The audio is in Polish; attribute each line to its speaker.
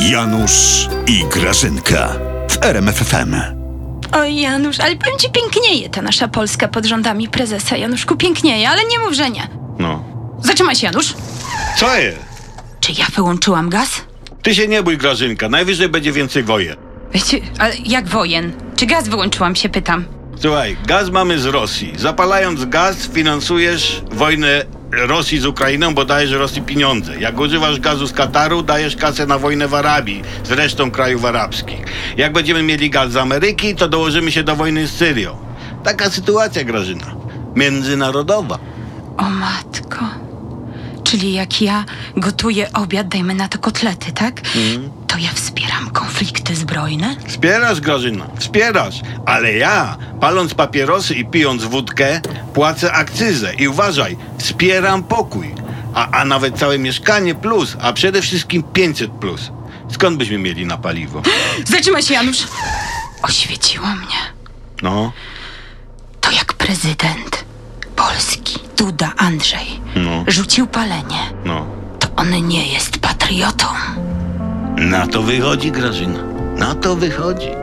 Speaker 1: Janusz i Grażynka w RMFFM.
Speaker 2: Oj, Janusz, ale powiem ci, pięknieje ta nasza Polska pod rządami prezesa. Januszku, pięknieje, ale nie mów, że nie.
Speaker 3: No.
Speaker 2: Zatrzymaj się, Janusz.
Speaker 3: Co jest?
Speaker 2: Czy ja wyłączyłam gaz?
Speaker 3: Ty się nie bój, Grażynka. Najwyżej będzie więcej wojen.
Speaker 2: Wiecie, ale jak wojen? Czy gaz wyłączyłam, się pytam.
Speaker 3: Słuchaj, gaz mamy z Rosji. Zapalając gaz, finansujesz wojnę Rosji z Ukrainą, bo dajesz Rosji pieniądze. Jak używasz gazu z Kataru, dajesz kasę na wojnę w Arabii z resztą krajów arabskich. Jak będziemy mieli gaz z Ameryki, to dołożymy się do wojny z Syrią. Taka sytuacja, Grażyna. Międzynarodowa.
Speaker 2: O matko. Czyli jak ja gotuję obiad, dajmy na to kotlety, tak? To ja wspieram konflikty zbrojne?
Speaker 3: Wspierasz, Grażyna, wspierasz, ale ja, paląc papierosy i pijąc wódkę, płacę akcyzę i uważaj, wspieram pokój, a, a nawet całe mieszkanie plus, a przede wszystkim 500 plus. Skąd byśmy mieli na paliwo?
Speaker 2: Zatrzymaj się, Janusz! Oświeciło mnie.
Speaker 3: No,
Speaker 2: To jak prezydent Polski, Duda Andrzej,
Speaker 3: No.
Speaker 2: rzucił palenie.
Speaker 3: no.
Speaker 2: To on nie jest patriotą.
Speaker 3: Na to wychodzi, Grażyna, na to wychodzi.